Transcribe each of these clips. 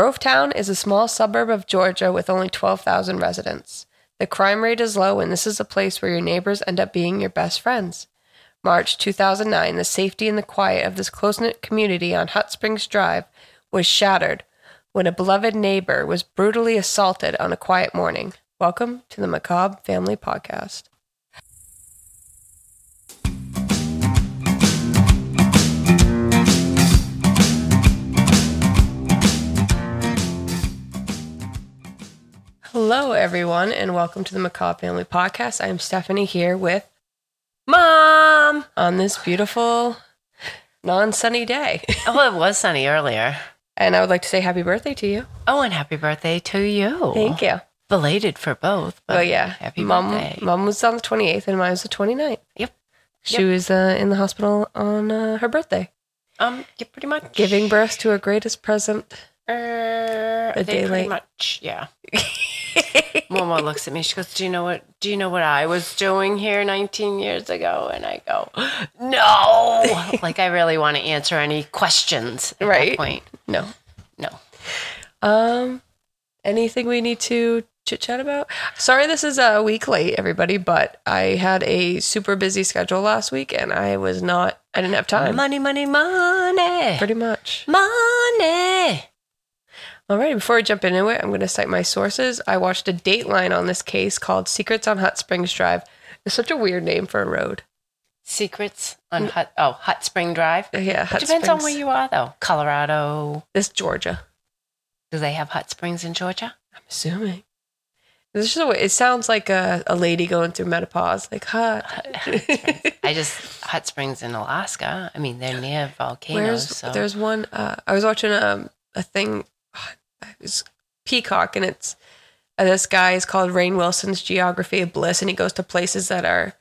Grovetown is a small suburb of Georgia with only 12,000 residents. The crime rate is low, and this is a place where your neighbors end up being your best friends. March 2009, the safety and the quiet of this close knit community on Hot Springs Drive was shattered when a beloved neighbor was brutally assaulted on a quiet morning. Welcome to the Macabre Family Podcast. Hello, everyone, and welcome to the Macabre Family Podcast. I am Stephanie here with Mom on this beautiful, non sunny day. Oh, it was sunny earlier. And I would like to say happy birthday to you. Oh, and happy birthday to you. Thank you. Belated for both. But Well, yeah. Happy mom, birthday. Mom was on the 28th and mine was the 29th. Yep. She was uh, in the hospital on uh, her birthday, Um, yeah, pretty much. giving birth to her greatest present. Uh, A day a day late. Pretty much, yeah. Momo looks at me. She goes, "Do you know what? Do you know what I was doing here 19 years ago?" And I go, "No!" like I really want to answer any questions at Right. that point. No. No. Um, anything we need to chit chat about? Sorry, this is a week late, everybody, but I had a super busy schedule last week and I was not, I didn't have time. Money, money, money, Pretty much. money. All right, before I jump into it, I'm going to cite my sources. I watched a Dateline on this case called Secrets on Hot Springs Drive. It's such a weird name for a road. Secrets on Hot. Oh, Hot Spring Drive. Uh, Yeah, Hot Depends on Springs. where you are, though. Colorado. This Georgia, Do they have hot springs in Georgia? I'm assuming. This is just a way, it sounds like a, a lady going through menopause, like hot. I just hot springs in Alaska. I mean, they're near volcanoes. Where's so there's one? Uh, I was watching a a thing. It's Peacock, and it's uh, this guy is called Rain Wilson's Geography of Bliss, and he goes to places that are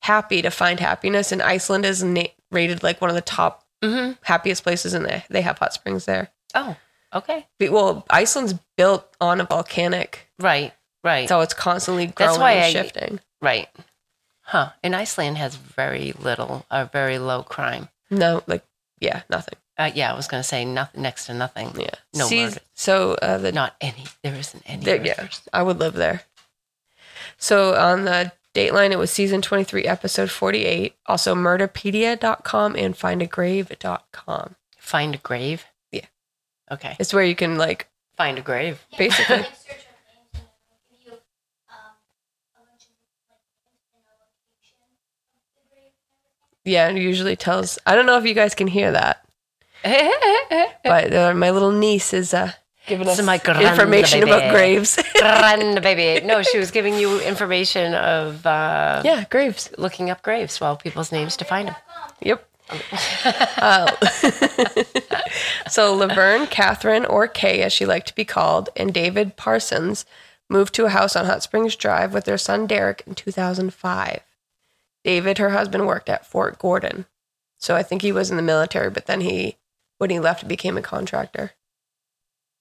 happy to find happiness. And Iceland is na- rated like one of the top hmm happiest places, and they they have hot springs there. Oh, okay. Be- Well, Iceland's built on a volcanic, Right, right, so it's constantly growing why and I- shifting. right. Huh. And Iceland has very little or very low crime. No, like yeah, nothing. Uh, yeah, I was going to say nothing, next to nothing. Yeah, No Seas- murder. So uh, the Not any. There isn't any. There- yeah. rivers. I would live there. So on the Dateline, it was season 23, episode 48. Also, murderpedia.com and findagrave.com. Find a grave. Yeah. Okay. It's where you can, like, Find a grave. Basically. Like search on Amazon, it'll give you, um, a bunch of, like, names and a location of the grave and everything. yeah, it usually tells. I don't know if you guys can hear that, Eh. but uh, my little niece is uh, giving us It's my grandbaby. information about graves. Run, baby. No, she was giving you information of uh, yeah, graves. looking up graves, well, people's names to find them. Yep. Uh, so Laverne, Catherine, or Kay, as she liked to be called, and David Parsons moved to a house on Hot Springs Drive with their son Derek in 2005. David, her husband, worked at Fort Gordon. So I think he was in the military, but then he, when he left, became a contractor.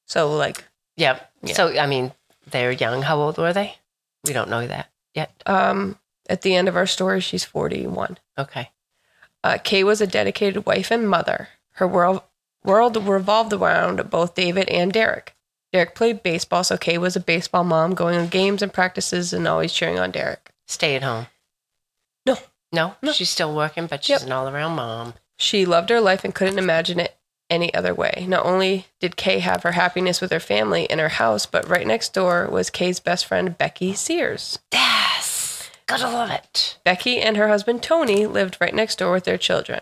So, like, Yeah. Yeah. So, I mean, they're young. How old were they? We don't know that yet. um, at the end of our story, she's 41. Okay. Uh, Kay was a dedicated wife and mother. Her world, world revolved around both David and Derek. Derek played baseball, so Kay was a baseball mom, going to games and practices and always cheering on Derek. Stay at home. No. No? No. She's still working, but she's Yep. an all around mom. She loved her life and couldn't imagine it any other way. Not only did Kay have her happiness with her family in her house, but right next door was Kay's best friend, Becky Sears. Yes. Gotta love it. Becky and her husband Tony lived right next door with their children.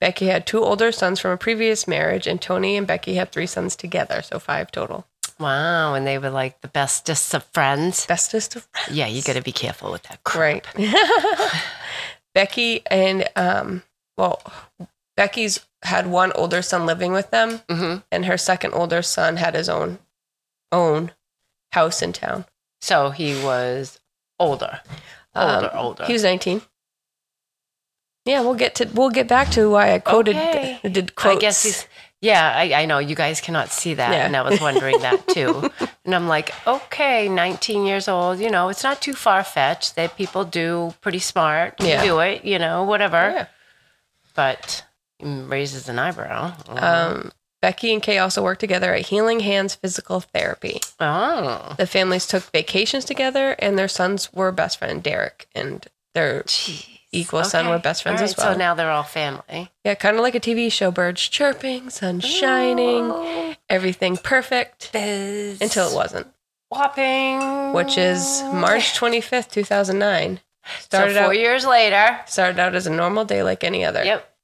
Becky had two older sons from a previous marriage, and Tony and Becky had three sons together, so five total. Wow. And they were like the bestest of friends. bestest of friends. Yeah, you gotta be careful with that. crap. Right. Becky and um well Becky's had one older son living with them Mhm. and her second older son had his own own house in town. So he was older. Older, Um, older. He was 19. Yeah, we'll get to we'll get back to why I quoted Okay. did quotes. I guess he's. Yeah, I, I know. You guys cannot see that. Yeah. And I was wondering that too. and I'm like, okay, 19 years old, you know, it's not too far fetched that people do pretty smart Yeah. do it, you know, whatever. Yeah. But mm, raises an eyebrow. Um, Becky and Kay also worked together at Healing Hands Physical Therapy. Oh. The families took vacations together, and their sons were best friend Derek and their Jeez. equal son were best friends All as well. So now they're all family. yeah, kind of like a TV show. Birds chirping, sun shining, Oh, everything perfect Biz. until it wasn't, Whopping. which is March twenty fifth, two thousand nine. So Started four out years later. started out as a normal day like any other. Yep.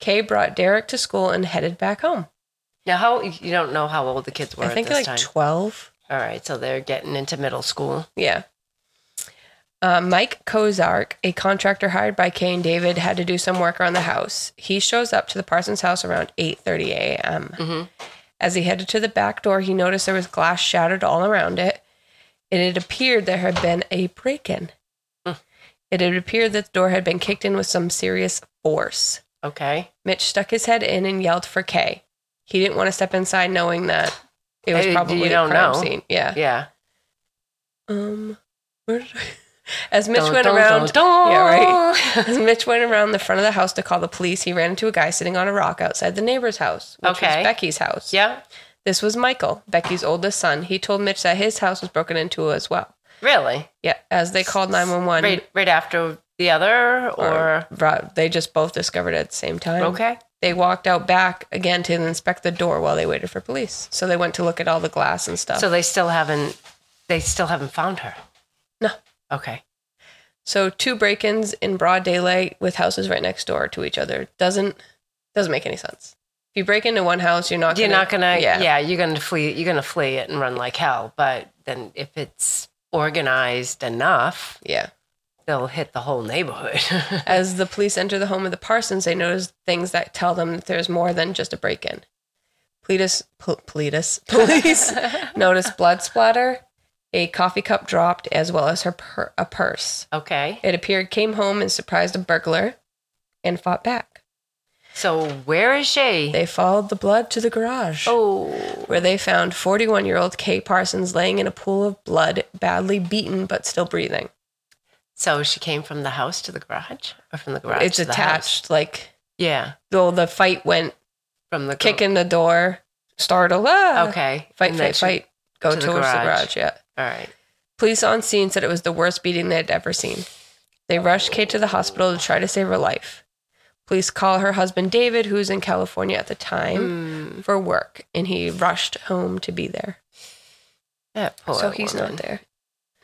Kay brought Derek to school and headed back home. Now, how you don't know how old the kids were I think at like this time. twelve. All right, so they're getting into middle school. Yeah. Uh, Mike Kozark, a contractor hired by Kay and David, had to do some work around the house. He shows up to the Parsons house around 8:30 a.m. Mhm. As he headed to the back door, he noticed there was glass shattered all around it, and it appeared there had been a break-in. Hmm. It had appeared that the door had been kicked in with some serious force. Okay. Mitch stuck his head in and yelled for Kay. He didn't want to step inside knowing that it was Hey, you probably don't a crime know. scene. Yeah. Yeah. Um, where did I? As Mitch Dun, went dun, around, dun, dun. Yeah, right. as Mitch went around the front of the house to call the police, he ran into a guy sitting on a rock outside the neighbor's house, which Okay. was Becky's house. yeah. This was Michael, Becky's oldest son. He told Mitch that his house was broken into as well. Really? Yeah, as they called nine one one, Right. Right after the other, or they just both discovered it at the same time. okay. They walked out back again to inspect the door while they waited for police. So they went to look at all the glass and stuff. So they still haven't. They still haven't found her. No. Okay. So two break-ins in broad daylight with houses right next door to each other doesn't doesn't make any sense. If you break into one house, you're not You're gonna, not gonna. yeah. Yeah. You're gonna flee. You're gonna flee it and run like hell. But then if it's organized enough, yeah. they'll hit the whole neighborhood. As the police enter the home of the Parsons, they notice things that tell them that there's more than just a break-in. Pletus, pl- Pletus, police notice blood splatter, a coffee cup dropped, as well as her pur- a purse. okay. It appeared came home and surprised a burglar, and fought back. So where is she? They followed the blood to the garage. oh. where they found 41 year old Kay Parsons laying in a pool of blood, badly beaten but still breathing. So she came from the house to the garage, or from the garage. it's to the house? attached, like, Yeah. though the fight went From the gar- kick in the door, startled, ah, Okay. fight, And then fight, she- fight, go to the towards the garage. garage. Yeah. All right. Police on scene said it was the worst beating they'd ever seen. They rushed Kay to the hospital to try to save her life. Police call her husband David, who was in California at the time, Mm, for work, and he rushed home to be there. that poor so he's woman. not there.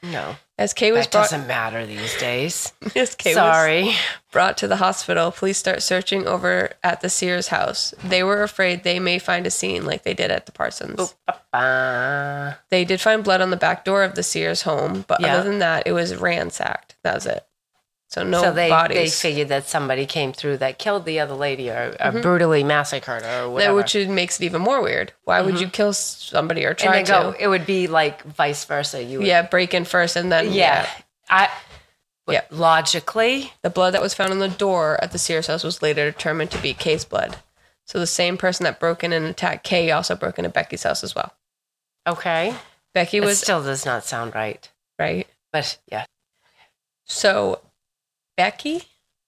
No, As Kay was that brought, doesn't matter these days. as Kay was Sorry. brought to the hospital, police start searching over at the Sears house. They were afraid they may find a scene like they did at the Parsons. Boop, bop, bah. They did find blood on the back door of the Sears home, but Yeah. other than that, it was ransacked. That was it. So no so they they bodies. figured that somebody came through that killed the other lady or, or Mm-hmm. brutally massacred her or That- whatever. Mm-hmm. which it makes it even more weird. Why would you kill somebody or and try they go, to? it would be like vice versa. You would, Yeah, break in first and then yeah. yeah. I but Yeah. logically The blood that was found on the door at the Sears house was later determined to be Kay's blood. So the same person that broke in and attacked Kay also broke into Becky's house as well. okay. Becky It, was still does not sound right. right. But yeah, So Becky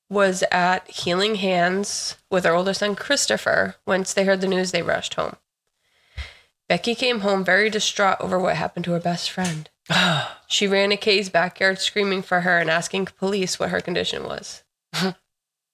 was at Healing Hands with her older son Christopher. Once they heard the news, they rushed home. Becky came home very distraught over what happened to her best friend. She ran to Kay's backyard screaming for her and asking police what her condition was.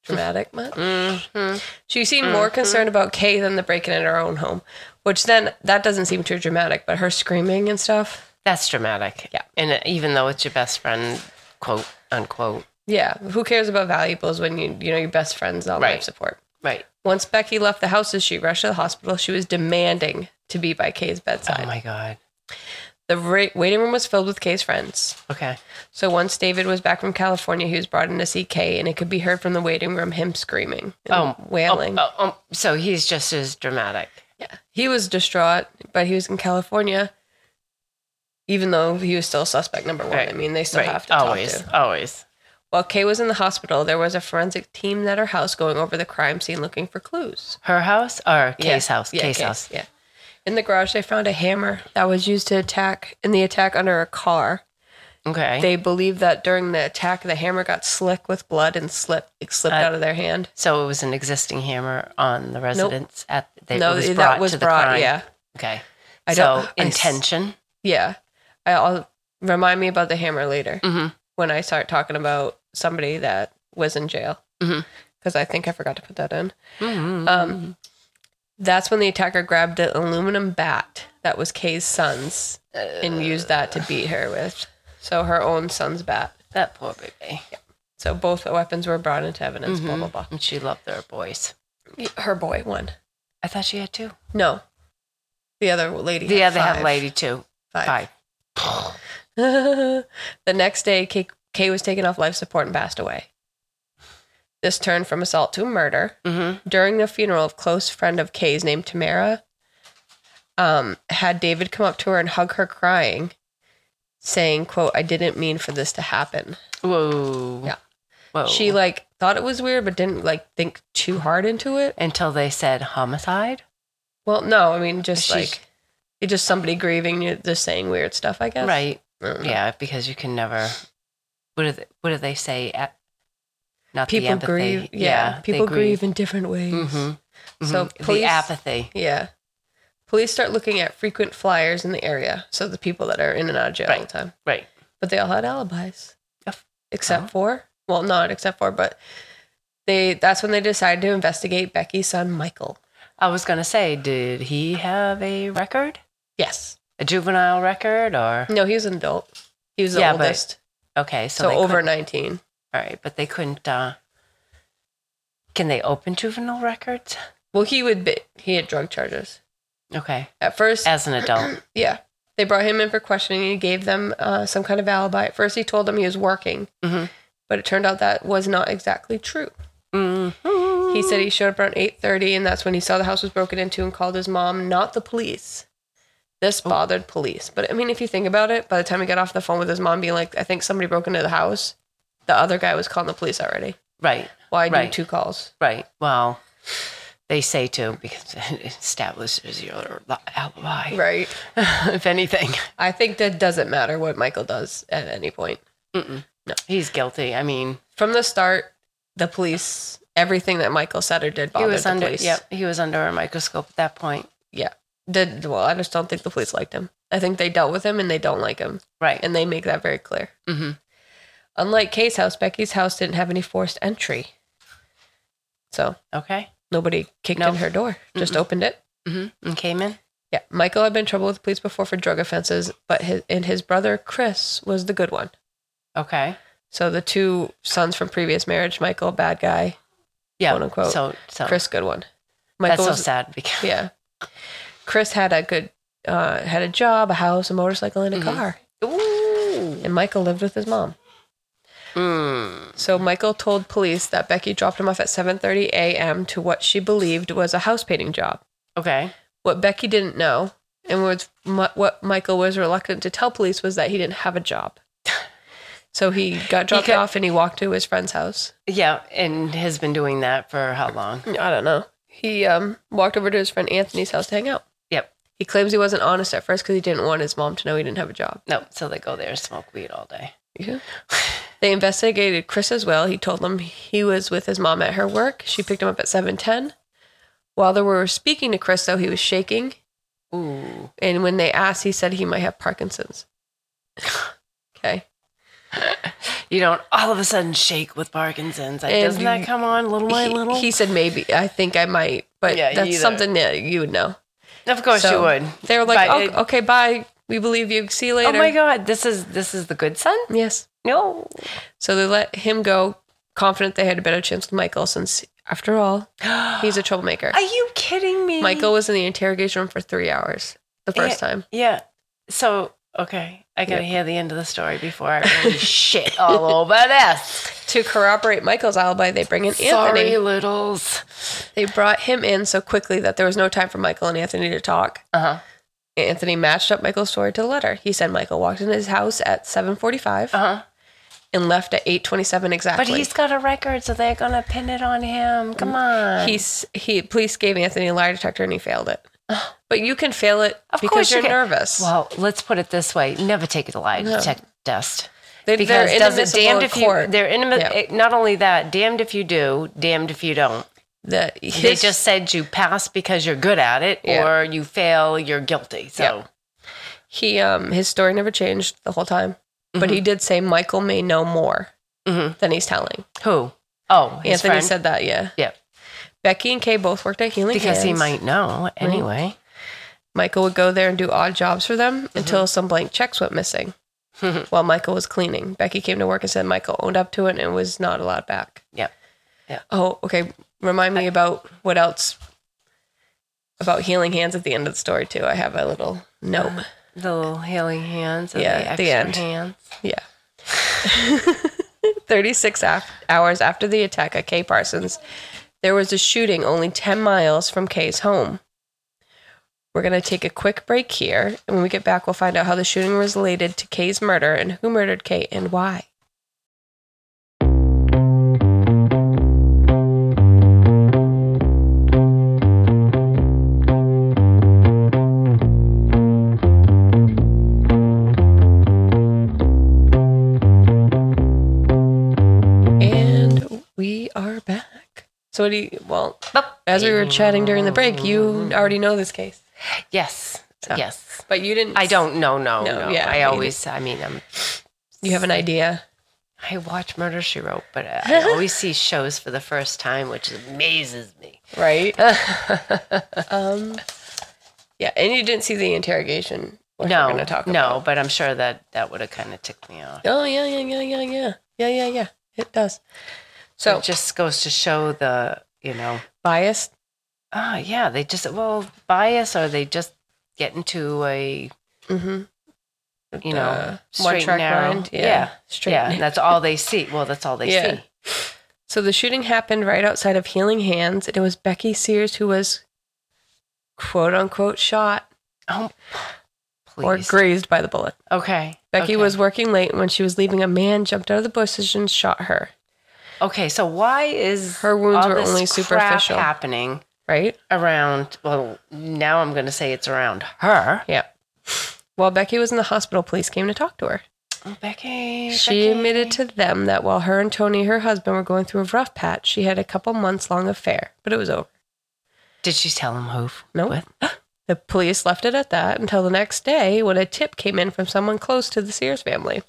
Dramatic much? Mhm. She seemed more concerned about Kay than the break-in at her own home, which then that doesn't seem too dramatic, but her screaming and stuff. that's dramatic. Yeah. and uh, even though it's your best friend, quote unquote, Yeah, who cares about valuables when you you know your best friend's on life Right. support? right? Once Becky left the house as she rushed to the hospital, she was demanding to be by Kay's bedside. Oh my god. the ra- waiting room was filled with Kay's friends. Okay. So once David was back from California, he was brought in to see Kay, and it could be heard from the waiting room him screaming and Oh, wailing. Oh, oh, so he's just as dramatic. Yeah. He was distraught, but he was in California, even though he was still suspect number one. Right. I mean, they still have to always, talk to. always. While Kay was in the hospital, there was a forensic team at her house going over the crime scene looking for clues. Her house or Yeah. Kay's house? Yeah, Kay's Kay, house. Yeah. In the garage, they found a hammer that was used to attack in the attack under a car. Okay. They believe that during the attack, the hammer got slick with blood and slipped it slipped Uh, out of their hand. so it was an existing hammer on the residence at they, no, it was that brought was to the brought. crime. Yeah, Okay. I so don't- I s- intention. yeah. I, I'll remind me about the hammer later Mhm. when I start talking about somebody that was in jail because Mhm. I think I forgot to put that in. Mhm. Um, That's when the attacker grabbed the aluminum bat that was Kay's son's Uh, and used that to beat her with. So her own son's bat. that poor baby. So both weapons were brought into evidence. Blah blah And she loved their boys. blah. Her boy won. I thought she had two. No, the other lady. The had other five. half lady too. Five. Five. the next day, Kay, Kay was taken off life support and passed away. This turned from assault to murder. Mm-hmm. During the funeral, a close friend of Kay's named Tamara um, had David come up to her and hug her crying, saying, quote, I didn't mean for this to happen. Whoa. Yeah. Whoa. She like thought it was weird, but didn't like think too hard into it. until they said homicide. Well, no, I mean, just She's- like, it's just somebody grieving, you're just saying weird stuff, I guess. Right. I don't know. Yeah, because you can never. What do they, What do they say? At, not the People empathy. grieve. Yeah. they people grieve. in different ways. Mm-hmm. So So police- the apathy. Yeah. Police start looking at frequent flyers in the area, so the people that are in and out of jail all the Right. time. Right. But they all had alibis. Of- Except Oh. for, well, not except for, but they that's when they decided to investigate Becky's son Michael. I was gonna say, did he have a record? Yes. A juvenile record, or No, he was an adult. He was the Yeah, but- oldest. okay, so, So, they over couldn't- 19. All right, but they couldn't. uh Can they open juvenile records? Well, he would be, he had drug charges. Okay, At first, as an adult. yeah. They brought him in for questioning. He gave them uh, some kind of alibi. At first, he told them he was working, Mhm. but it turned out that was not exactly true. Mhm. He said he showed up around 8:30 and that's when he saw the house was broken into and called his mom, not the police. This bothered police. But I mean if you think about it, by the time he got off the phone with his mom being like, I think somebody broke into the house, the other guy was calling the police already. right, Why do Right. two calls? right. Well, they say to because it establishes your li- alibi, Right. if anything. I think that doesn't matter what Michael does at any point. Mm-mm. No. He's guilty. I mean, From the start, the police everything that Michael said or did he bothered was the under. police. Yep, he was under a microscope at that point. Did well, I just don't think the police liked him. I think they dealt with him and they don't like him. Right. And they make that very clear. hmm Unlike Kay's house, Becky's house didn't have any forced entry. So Okay. nobody kicked No. in her door, just Mm-mm. opened it. hmm And came in. Yeah, Michael had been in trouble with the police before for drug offenses, but his, and his brother Chris was the good one. Okay. So the two sons from previous marriage, Michael, bad guy, Yeah. Quote, unquote. So, so Chris, good one. that's Michael so was, sad because yeah. Chris had a good, uh, had a job, a house, a motorcycle, and a Mhm. car. Ooh. And Michael lived with his mom. Mm. So Michael told police that Becky dropped him off at 7:30 a.m. to what she believed was a house painting job. Okay. What Becky didn't know, and was, mi- what Michael was reluctant to tell police, was that he didn't have a job. So he got dropped got- off and he walked to his friend's house. Mm, Yeah, and has been doing that for how long? I don't know. He um, walked over to his friend Anthony's house to hang out. Yep. He claims he wasn't honest at first because he didn't want his mom to know he didn't have a job. No, so they go there and smoke weed all day. They investigated Chris as well. He told them he was with his mom at her work. She picked him up at 7:10. While they were speaking to Chris, though, he was shaking, Ooh. and when they asked, he said he might have Parkinson's. okay. You don't all of a sudden shake with Parkinson's. Like, And doesn't that you- come on, little he, my little? he said maybe. I think I might, but Yeah, that's either. something that you would know. of course so- you would. They were like, Bye. oh, "Okay, bye. We believe you. See you later." Oh my god, this is this is the good son? Yes. No. So they let him go, confident they had a better chance with Michael, since after all, he's a troublemaker. Are you kidding me? Michael was in the interrogation room for three hours the first time. Yeah. So okay. I gotta hear the end of the story before I really shit all over this. To corroborate Michael's alibi, they bring in Sorry, Anthony. littles. They brought him in so quickly that there was no time for Michael and Anthony to talk. Uh-huh. Anthony matched up Michael's story to the letter. He said Michael walked into his house at 7:45 Uh-huh. and left at 8:27 exactly. Mm. But he's got a record, so they're gonna pin it on him. Come on. he's he police gave Anthony a lie detector and he failed it. But you can fail it Of because course you you're can. nervous. well, let's put it this way: never take a lie No. detect test. They, they're because does it inadmissible damned in if court. you they're inimi- Yeah. it- not only that damned if you do damned if you don't The- they his- just said you pass because you're good at it Yeah. or you fail you're guilty so Yeah. he um his story never changed the whole time, but Mm-hmm. he did say Michael may know more Mhm. than he's telling. who oh his Anthony friend said that, yeah. yeah Becky and Kay both worked at Healing because he Hands. might know anyway Michael would go there and do odd jobs for them Mm-hmm. until some blank checks went missing. while Michael was cleaning, Becky came to work and said Michael owned up to it and was not allowed back. Yep. Yeah. Oh, okay. Remind me about what else about healing hands at the end of the story too. I have a little note. the little healing hands and Yeah, the, the extra end. hands Yeah. 36 af- hours after the attack at Kay Parsons, there was a shooting only 10 miles from Kay's home. We're going to take a quick break here, and when we get back, we'll find out how the shooting was related to Kay's murder and who murdered Kay and why. And we are back. So, what do you, well, Bop. as we were chatting during the break, you already know this case, yes yes but you didn't. i don't know no No, no, yeah, i you- always i mean i'm You have an idea. I watch Murder She Wrote, but I always see shows for the first time, which amazes me. right? um, yeah, and you didn't see the interrogation. which no, we're gonna talk no, about. but I'm sure that that would have kind of ticked me off. Oh yeah, yeah, yeah, yeah, yeah, yeah, yeah, yeah. It does. So it just goes to show the, you know, biased. ah, yeah, they just well bias, or they just get into a, Mm-hmm. you know, Uh, straight and narrow. Yeah, yeah, straight. yeah, and and that's all they see. Well, that's all they Yeah. see. So the shooting happened right outside of Healing Hands, and it was Becky Sears who was quote unquote shot Oh, please. or grazed by the bullet. okay. Becky okay. was working late, and when she was leaving, a man jumped out of the bushes and shot her. okay. So why is Her wounds all were this only crap superficial. happening? Right? around well now i'm going to say it's around her Yeah. While Becky was in the hospital, police came to talk to her. Oh, becky She admitted to them that while her and Tony, her husband, were going through a rough patch, she had a couple months long affair, but it was over. did she tell him who No. The police left it at that until the next day when a tip came in from someone close to the Sears family.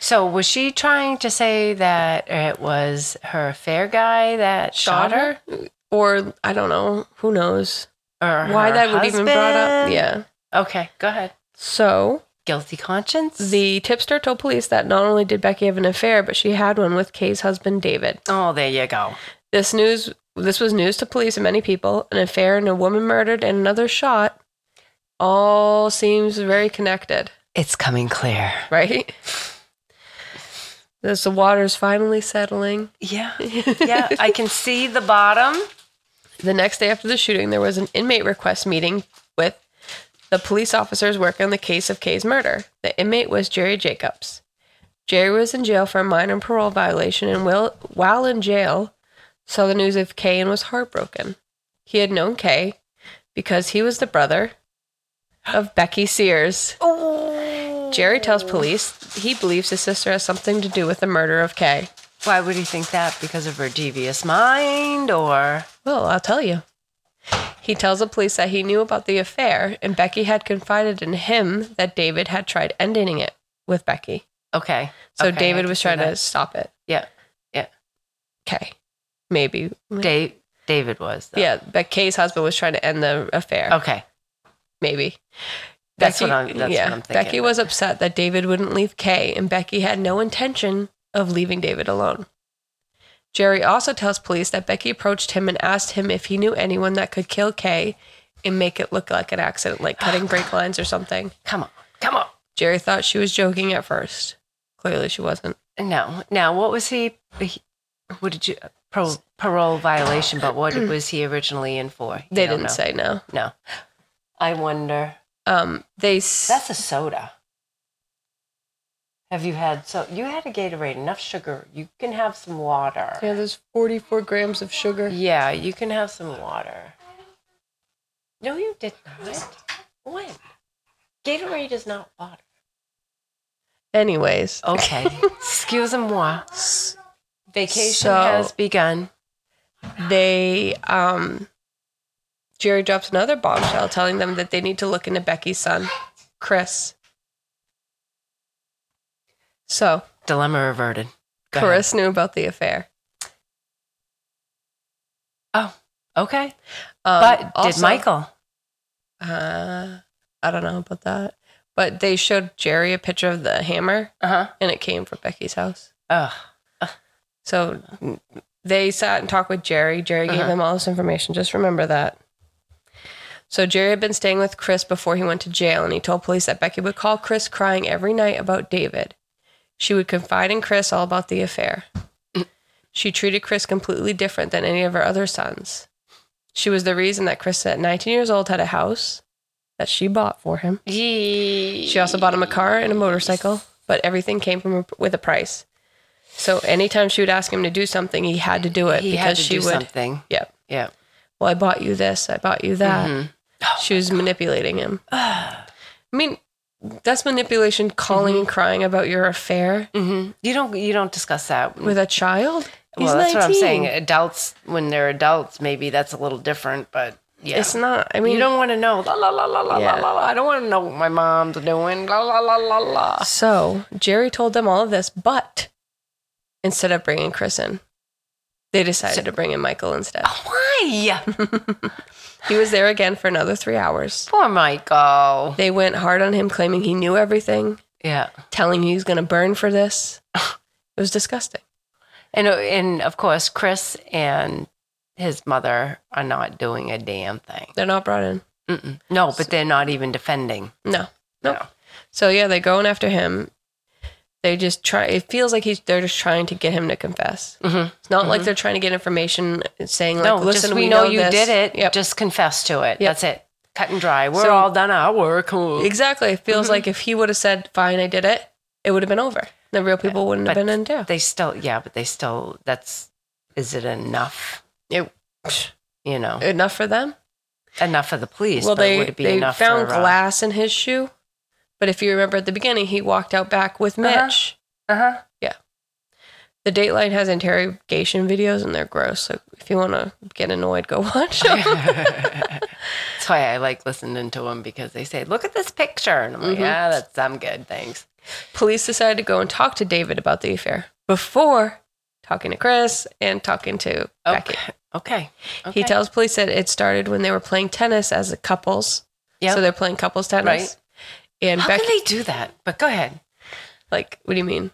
so was she trying to say that it was her fair guy that shot, her, Or I don't know, who knows or why her that would even brought up. husband? Yeah. okay go ahead So guilty conscience the tipster told police that not only did Becky have an affair, but she had one with Kay's husband David. oh there you go This news this was news to police and many people. An affair and a woman murdered and another shot all seems very connected, it's coming clear right? This the water's finally settling. yeah yeah i can see the bottom The next day after the shooting, there was an inmate request meeting with the police officers working on the case of Kay's murder. The inmate was Jerry Jacobs. Jerry was in jail for a minor parole violation and will, while in jail, saw the news of Kay and was heartbroken. He had known Kay because he was the brother of Becky Sears. oh Jerry tells police he believes his sister has something to do with the murder of Kay. why would he think that because of her devious mind or Well, I'll tell you. He tells the police that he knew about the affair, and Becky had confided in him that David had tried ending it with Becky. okay So okay, I David can was see trying to that. stop it. Yeah. Yeah. Okay. Maybe. Dave, David was. though. Yeah, but Kay's husband was trying to end the affair. Okay. Maybe. That's what I'm- that's what I'm thinking, Becky was upset that David wouldn't leave Kay, and Becky had no intention of leaving David alone. Jerry also tells police that Becky approached him and asked him if he knew anyone that could kill Kay and make it look like an accident, like cutting brake lines or something. Come on. Come on. Jerry thought she was joking at first. Clearly, she wasn't. No. Now, what was he? he- What did you? Pro, parole violation, but what was he originally in for? You Mm. They don't didn't know. say no. No. I wonder. Um, they s- That's a soda. Have you had so? You had a Gatorade. Enough sugar. You can have some water. yeah, there's 44 grams of sugar. Yeah, you can have some water. No, you did not. When? Gatorade is not water. Anyways, Okay. Excuse moi. Vacation So- has begun. they um Jerry drops another bombshell telling them that they need to look into Becky's son, Chris. So, Dilemma reverted. Go ahead. Chris knew about the affair. Okay. Um, But did also- Michael? Uh, I don't know about that. But they showed Jerry a picture of the hammer Uh huh. and it came from Becky's house. Ugh. So they sat and talked with Jerry. Jerry gave Uh-huh. them all this information. Just remember that. So Jerry had been staying with Chris before he went to jail, and he told police that Becky would call Chris crying every night about David. She would confide in Chris all about the affair. she treated Chris completely different than any of her other sons. She was the reason that Chris, at 19 years old, had a house that she bought for him. She She also bought him a car and a motorcycle, but everything came from a, with a price. So anytime she would ask him to do something, he had to do it He because had to she do would. something. Yep. Yeah. Well, I bought you this. I bought you that. Mhm. She was manipulating him. I mean, that's manipulation. Calling Mm-hmm. and crying about your affair Mhm. You don't. You don't discuss that. with a child. He's well, that's what I'm 19. saying. Adults, when they're adults, maybe that's a little different. But yeah, It's not. I mean, you don't want to know. La la la la la Yeah. la la. I don't want to know what my mom's doing. La la la la la. So Jerry told them all of this, but instead of bringing Chris in, they decided to bring in Michael instead. Oh. Why? He was there again for another three hours. Poor Michael. They went hard on him, claiming he knew everything, Yeah. telling he was going to burn for this. It was disgusting. And and of course, Chris and his mother are not doing a damn thing. They're not brought in. Mm-mm. No, but they're not even defending. No, no. No. So yeah, they're going after him. They just try. It feels like he's. They're just trying to get him to confess. Mhm. It's not like they're trying to get information saying like, no, "Listen, just, we, we, know, you this." did it. Yep. Just confess to it. Yep. That's it. Cut and dry. We're So- all done our work. Ooh. exactly. It Mm-hmm. feels like if he would have said, "Fine, I did it," it would have been over. The real people wouldn't have But been in jail. They still, yeah, but they still. That's is it enough? It- You know, Enough for them. enough for the police. Well, but they, would it be they enough found for, uh, glass in his shoe. But if you remember at the beginning, he walked out back with Mitch. Uh-huh. Uh huh. The Dateline has interrogation videos and they're gross. So if you want to get annoyed, go watch them. that's why I like listening to them because they say, "Look at this picture," and I'm like, Mhm. "Yeah, that's I'm good, thanks." Police decided to go and talk to David about the affair before talking to Chris and talking to Becky. Okay, okay. okay. He tells police that it started when they were playing tennis as a couples. Yep. So they're playing couples tennis. Right. And How Becky, can they do that? But go ahead. like, what do you mean?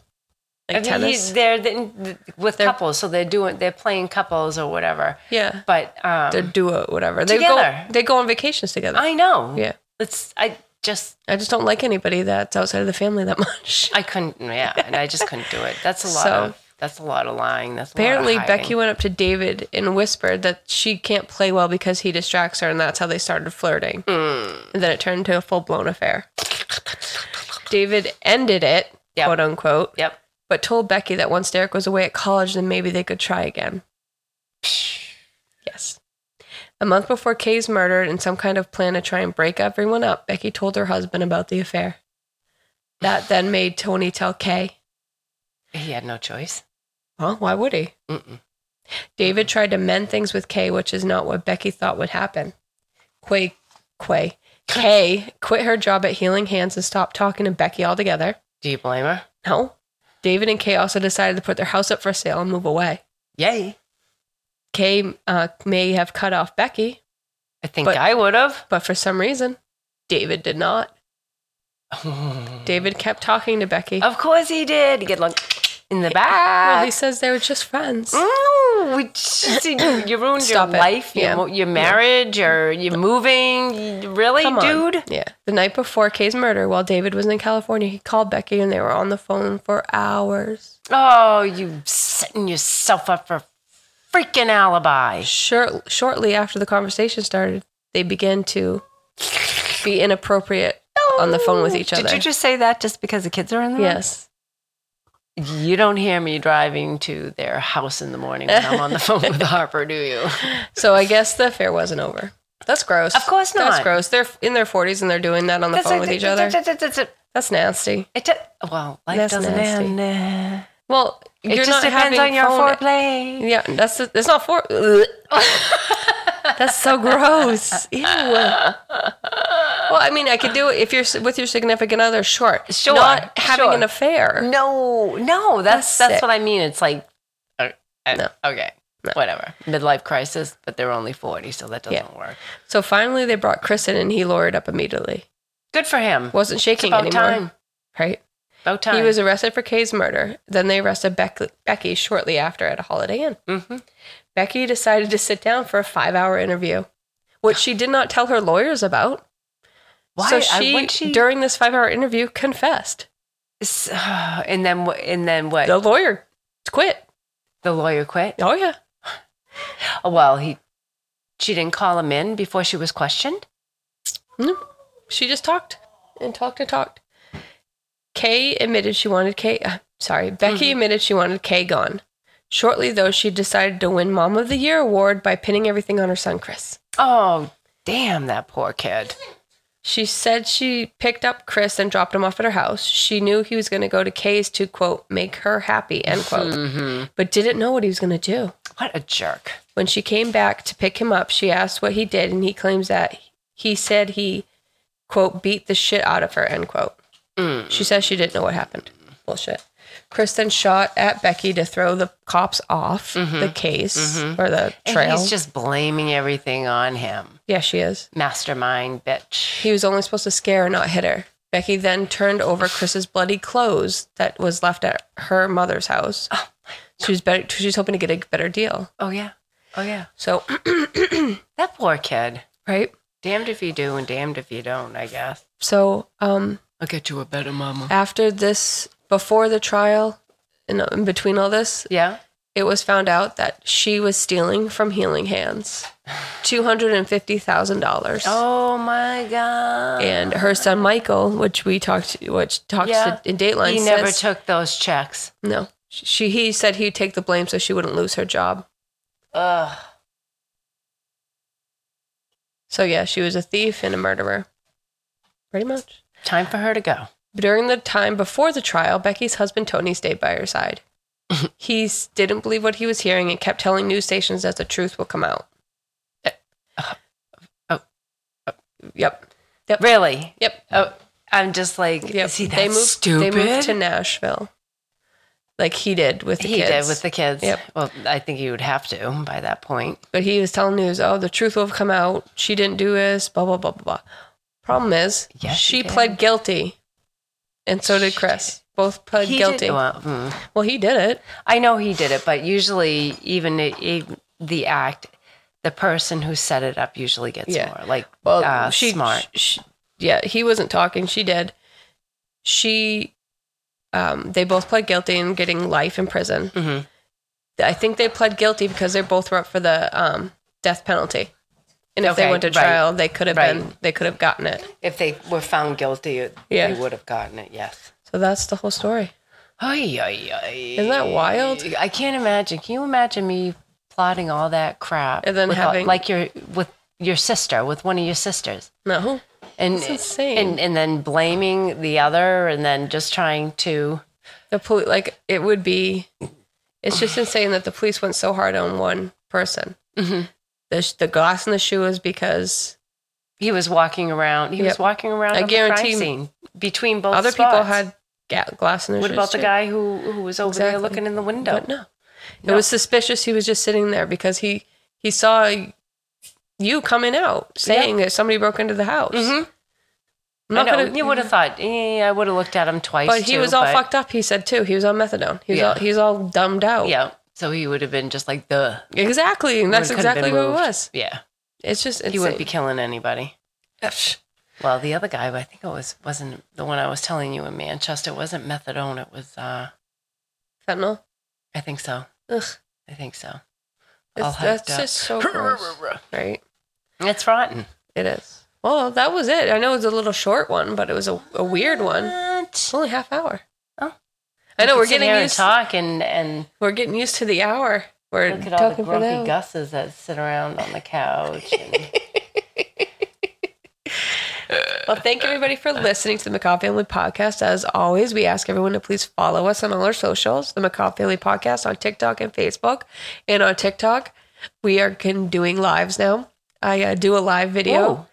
Like I mean, tennis? he- they're the, with They're- couples, so they're doing they're playing couples or whatever. yeah. But um, They're duo, whatever. They Together. go, they go on vacations together. I know. Yeah. It's I just I just don't like anybody that's outside of the family that much. I couldn't yeah, and I just couldn't do it. That's a lot So- of that's a lot of lying. That's a lot of Apparently, hiding. Becky went up to David and whispered that she can't play well because he distracts her, and that's how they started flirting. Mm, And then it turned into a full blown affair. David ended it, Yep. quote unquote, Yep. but told Becky that once Derek was away at college, then maybe they could try again. Yes. A month before Kay's murder, in some kind of plan to try and break everyone up, Becky told her husband about the affair. That then made Tony tell Kay. He had no choice. Well, why would he? Mm-mm. David tried to mend things with Kay, which is not what Becky thought would happen. Quay, Quay, Kay quit her job at Healing Hands and stopped talking to Becky altogether. Do you blame her? No. David and Kay also decided to put their house up for sale and move away. Yay. Kay uh, may have cut off Becky, I think But- I would have. but for some reason, David did not. David kept talking to Becky. Of course he did. Get like in the Well, he back. says they were just friends. Mm, we just- you ruined Stop it. your life, Yeah. your, mo- your marriage, your you're moving. You- Really, Come on. dude? Yeah. The night before Kay's murder, while David was in California, he called Becky and they were on the phone for hours. Oh, you setting yourself up for freaking alibi. Short, shortly after the conversation started, they began to be inappropriate on the phone with each other. Oh, Did you just say that just because the kids are in the room? yes. You don't hear me driving to their house in the morning when I'm on the phone with Harper, do you? So I guess the affair wasn't over. That's gross. Of course That's not. gross. They're in their 40s and they're doing that on the phone with each other. That's- that's- that's- That's nasty. It t- well, life That's doesn't nasty. end. eh. Well, It you're just not depends having on your phone- foreplay. Yeah, that's it's not for. that's so gross. Ew. Well, I mean, I could do it if you're s- with your significant other. Sure, Sure, Not having sure. an affair. No, no, that's That's that's, sick. what I mean. It's like, uh, uh, No. okay, No. whatever, midlife crisis, but they're only forty, so that doesn't Yeah. work. So finally, they brought Chris in, and he lowered up immediately. Good for him. Wasn't it's shaking about anymore. time. Right. About time. He was arrested for Kay's murder. Then they arrested Beck- Becky shortly after at a Holiday Inn. hmm Becky decided to sit down for a five-hour interview, which she did not tell her lawyers about. Why? So I- she, wouldn't she during this five-hour interview, confessed. S- and then wh- and then what? The The, lawyer quit. lawyer quit. Oh yeah. Oh, well, he she didn't call him in before she was questioned. She just talked and talked and talked. Kay admitted she wanted Kay. Uh, sorry, Becky Mm-hmm. admitted she wanted Kay gone. Shortly, though, she decided to win Mom of the Year award by pinning everything on her son, Chris. Oh, damn that poor kid. She said she picked up Chris and dropped him off at her house. She knew he was going to go to Kay's to, quote, make her happy, end quote, hmm but didn't know what he was going to do. What a jerk. When she came back to pick him up, she asked what he did, and he claims that he said he, quote, beat the shit out of her, end quote. Mm. She says she didn't know what happened. Bullshit. Chris then shot at Becky to throw the cops off the case or the And trail. he's just blaming everything on him. yeah, she is. Mastermind bitch. He was only supposed to scare, not hit her. Becky then turned over Chris's bloody clothes that was left at her mother's house. She was better. She was hoping to get a better deal. Oh yeah. Oh yeah. So, That poor kid. right. Damned if you do and damned if you don't, I guess. So, um, I'll get you a better mama. after this, before the trial, and in between all this, Yeah. it was found out that she was stealing from Healing Hands $250,000. Oh my god. And her son Michael, which we talked which talked Yeah. to, in Dateline he says, never took those checks. no. She he said he'd take the blame so she wouldn't lose her job. Ugh. So yeah, she was a thief and a murderer. Pretty much. Time for her to go. During the time before the trial, Becky's husband Tony stayed by her side. he s- didn't believe what he was hearing and kept telling news stations that the truth will come out. Eh. Uh, oh, Yep. Really? Yep. Oh, I'm just like, Yep. is he that they moved. stupid? They moved to Nashville, like he did with the he kids. did with the kids. Yep. Well, I think he would have to by that point. but he was telling news, oh, the truth will come out. She didn't do this. Blah blah blah blah blah. Problem is, Yes, she she did. pled guilty, and so did She Chris. Both pled He did- guilty. well, mm. well, he did it. I know he did it, but usually, even it, it- the act, the person who set it up usually gets Yeah. more. Like, Well, Ah, she smart. sh- sh- yeah, he wasn't talking. She did. She, um, they both pled guilty and getting life in prison. mhm. I think they pled guilty because they both were up for the um, death penalty. And if Okay, they went to right. trial, they could have Right. been they could have gotten it. if they were found guilty, Yeah. they would have gotten it. Yes. So that's the whole story. Ay, ay, ay. Isn't that wild? I can't imagine. Can you imagine me plotting all that crap And then with all- having- like your with your sister, with one of your sisters, No. and That's insane. and and then blaming the other, and then just trying to The police like it would be it's just insane that the police went so hard on one person. Mm-hmm. The sh- the glass in the shoe is because he was walking around. He was Yep. walking around. I on the guarantee crime scene between both. other people spots. had ga- glass in their What shoes about the too. guy who who was over there Exactly. looking in the window? But no. No. It was suspicious he was just sitting there because he he saw you coming out saying that somebody broke into the house. Mhm. I'm I not know. gonna- mm-hmm. you would have thought. Eh, I would have looked at him twice. But he too, was all but- fucked up. He said too. He was on methadone. He's Yeah. all he's all dumbed out. Yeah. So he would have been just like the. exactly. And that's Could've been exactly what it moved. was. Yeah. It's just insane. he wouldn't be killing anybody. Well, the other guy, I think it was wasn't the one I was telling you in Manchester. It wasn't methadone. It was, uh, fentanyl. I think so. Ugh, I think so. All it's, hyped that's up. just so gross, right? It's rotten. It is. Well, that was it. I know it was a little short one, but it was a, a weird one. It's What? only half hour. Oh. I know We we're could sit getting here and used. talk and and We're getting used to the hour. We're look at all the talking for grumpy now. gusses that sit around on the couch. And Well, thank everybody for listening to the McCaw Family Podcast. As always, we ask everyone to please follow us on all our socials, the McCaw Family Podcast on TikTok and Facebook. And on TikTok, we are can doing lives now. I uh, do a live video Ooh.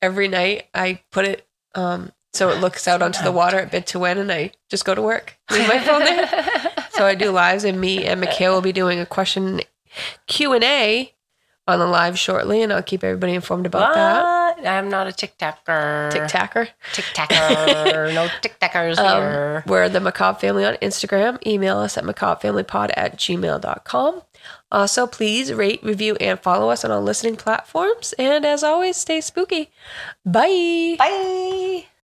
every night. I put it um, so it looks out onto the water at bid to win, and I just go to work. Leave my phone there. so I do lives, and me and Mikhail will be doing a question Q and A on the live shortly, and I'll keep everybody informed about that. What? I'm not a tic tacker. Tic Tacker. Tic tacker. no tic tackers Um, here. We're the Macabre Family on Instagram. Email us at macabreFamilyPod at gmail.com. Also, please rate, review, and follow us on all listening platforms. And as always, stay spooky. Bye. Bye.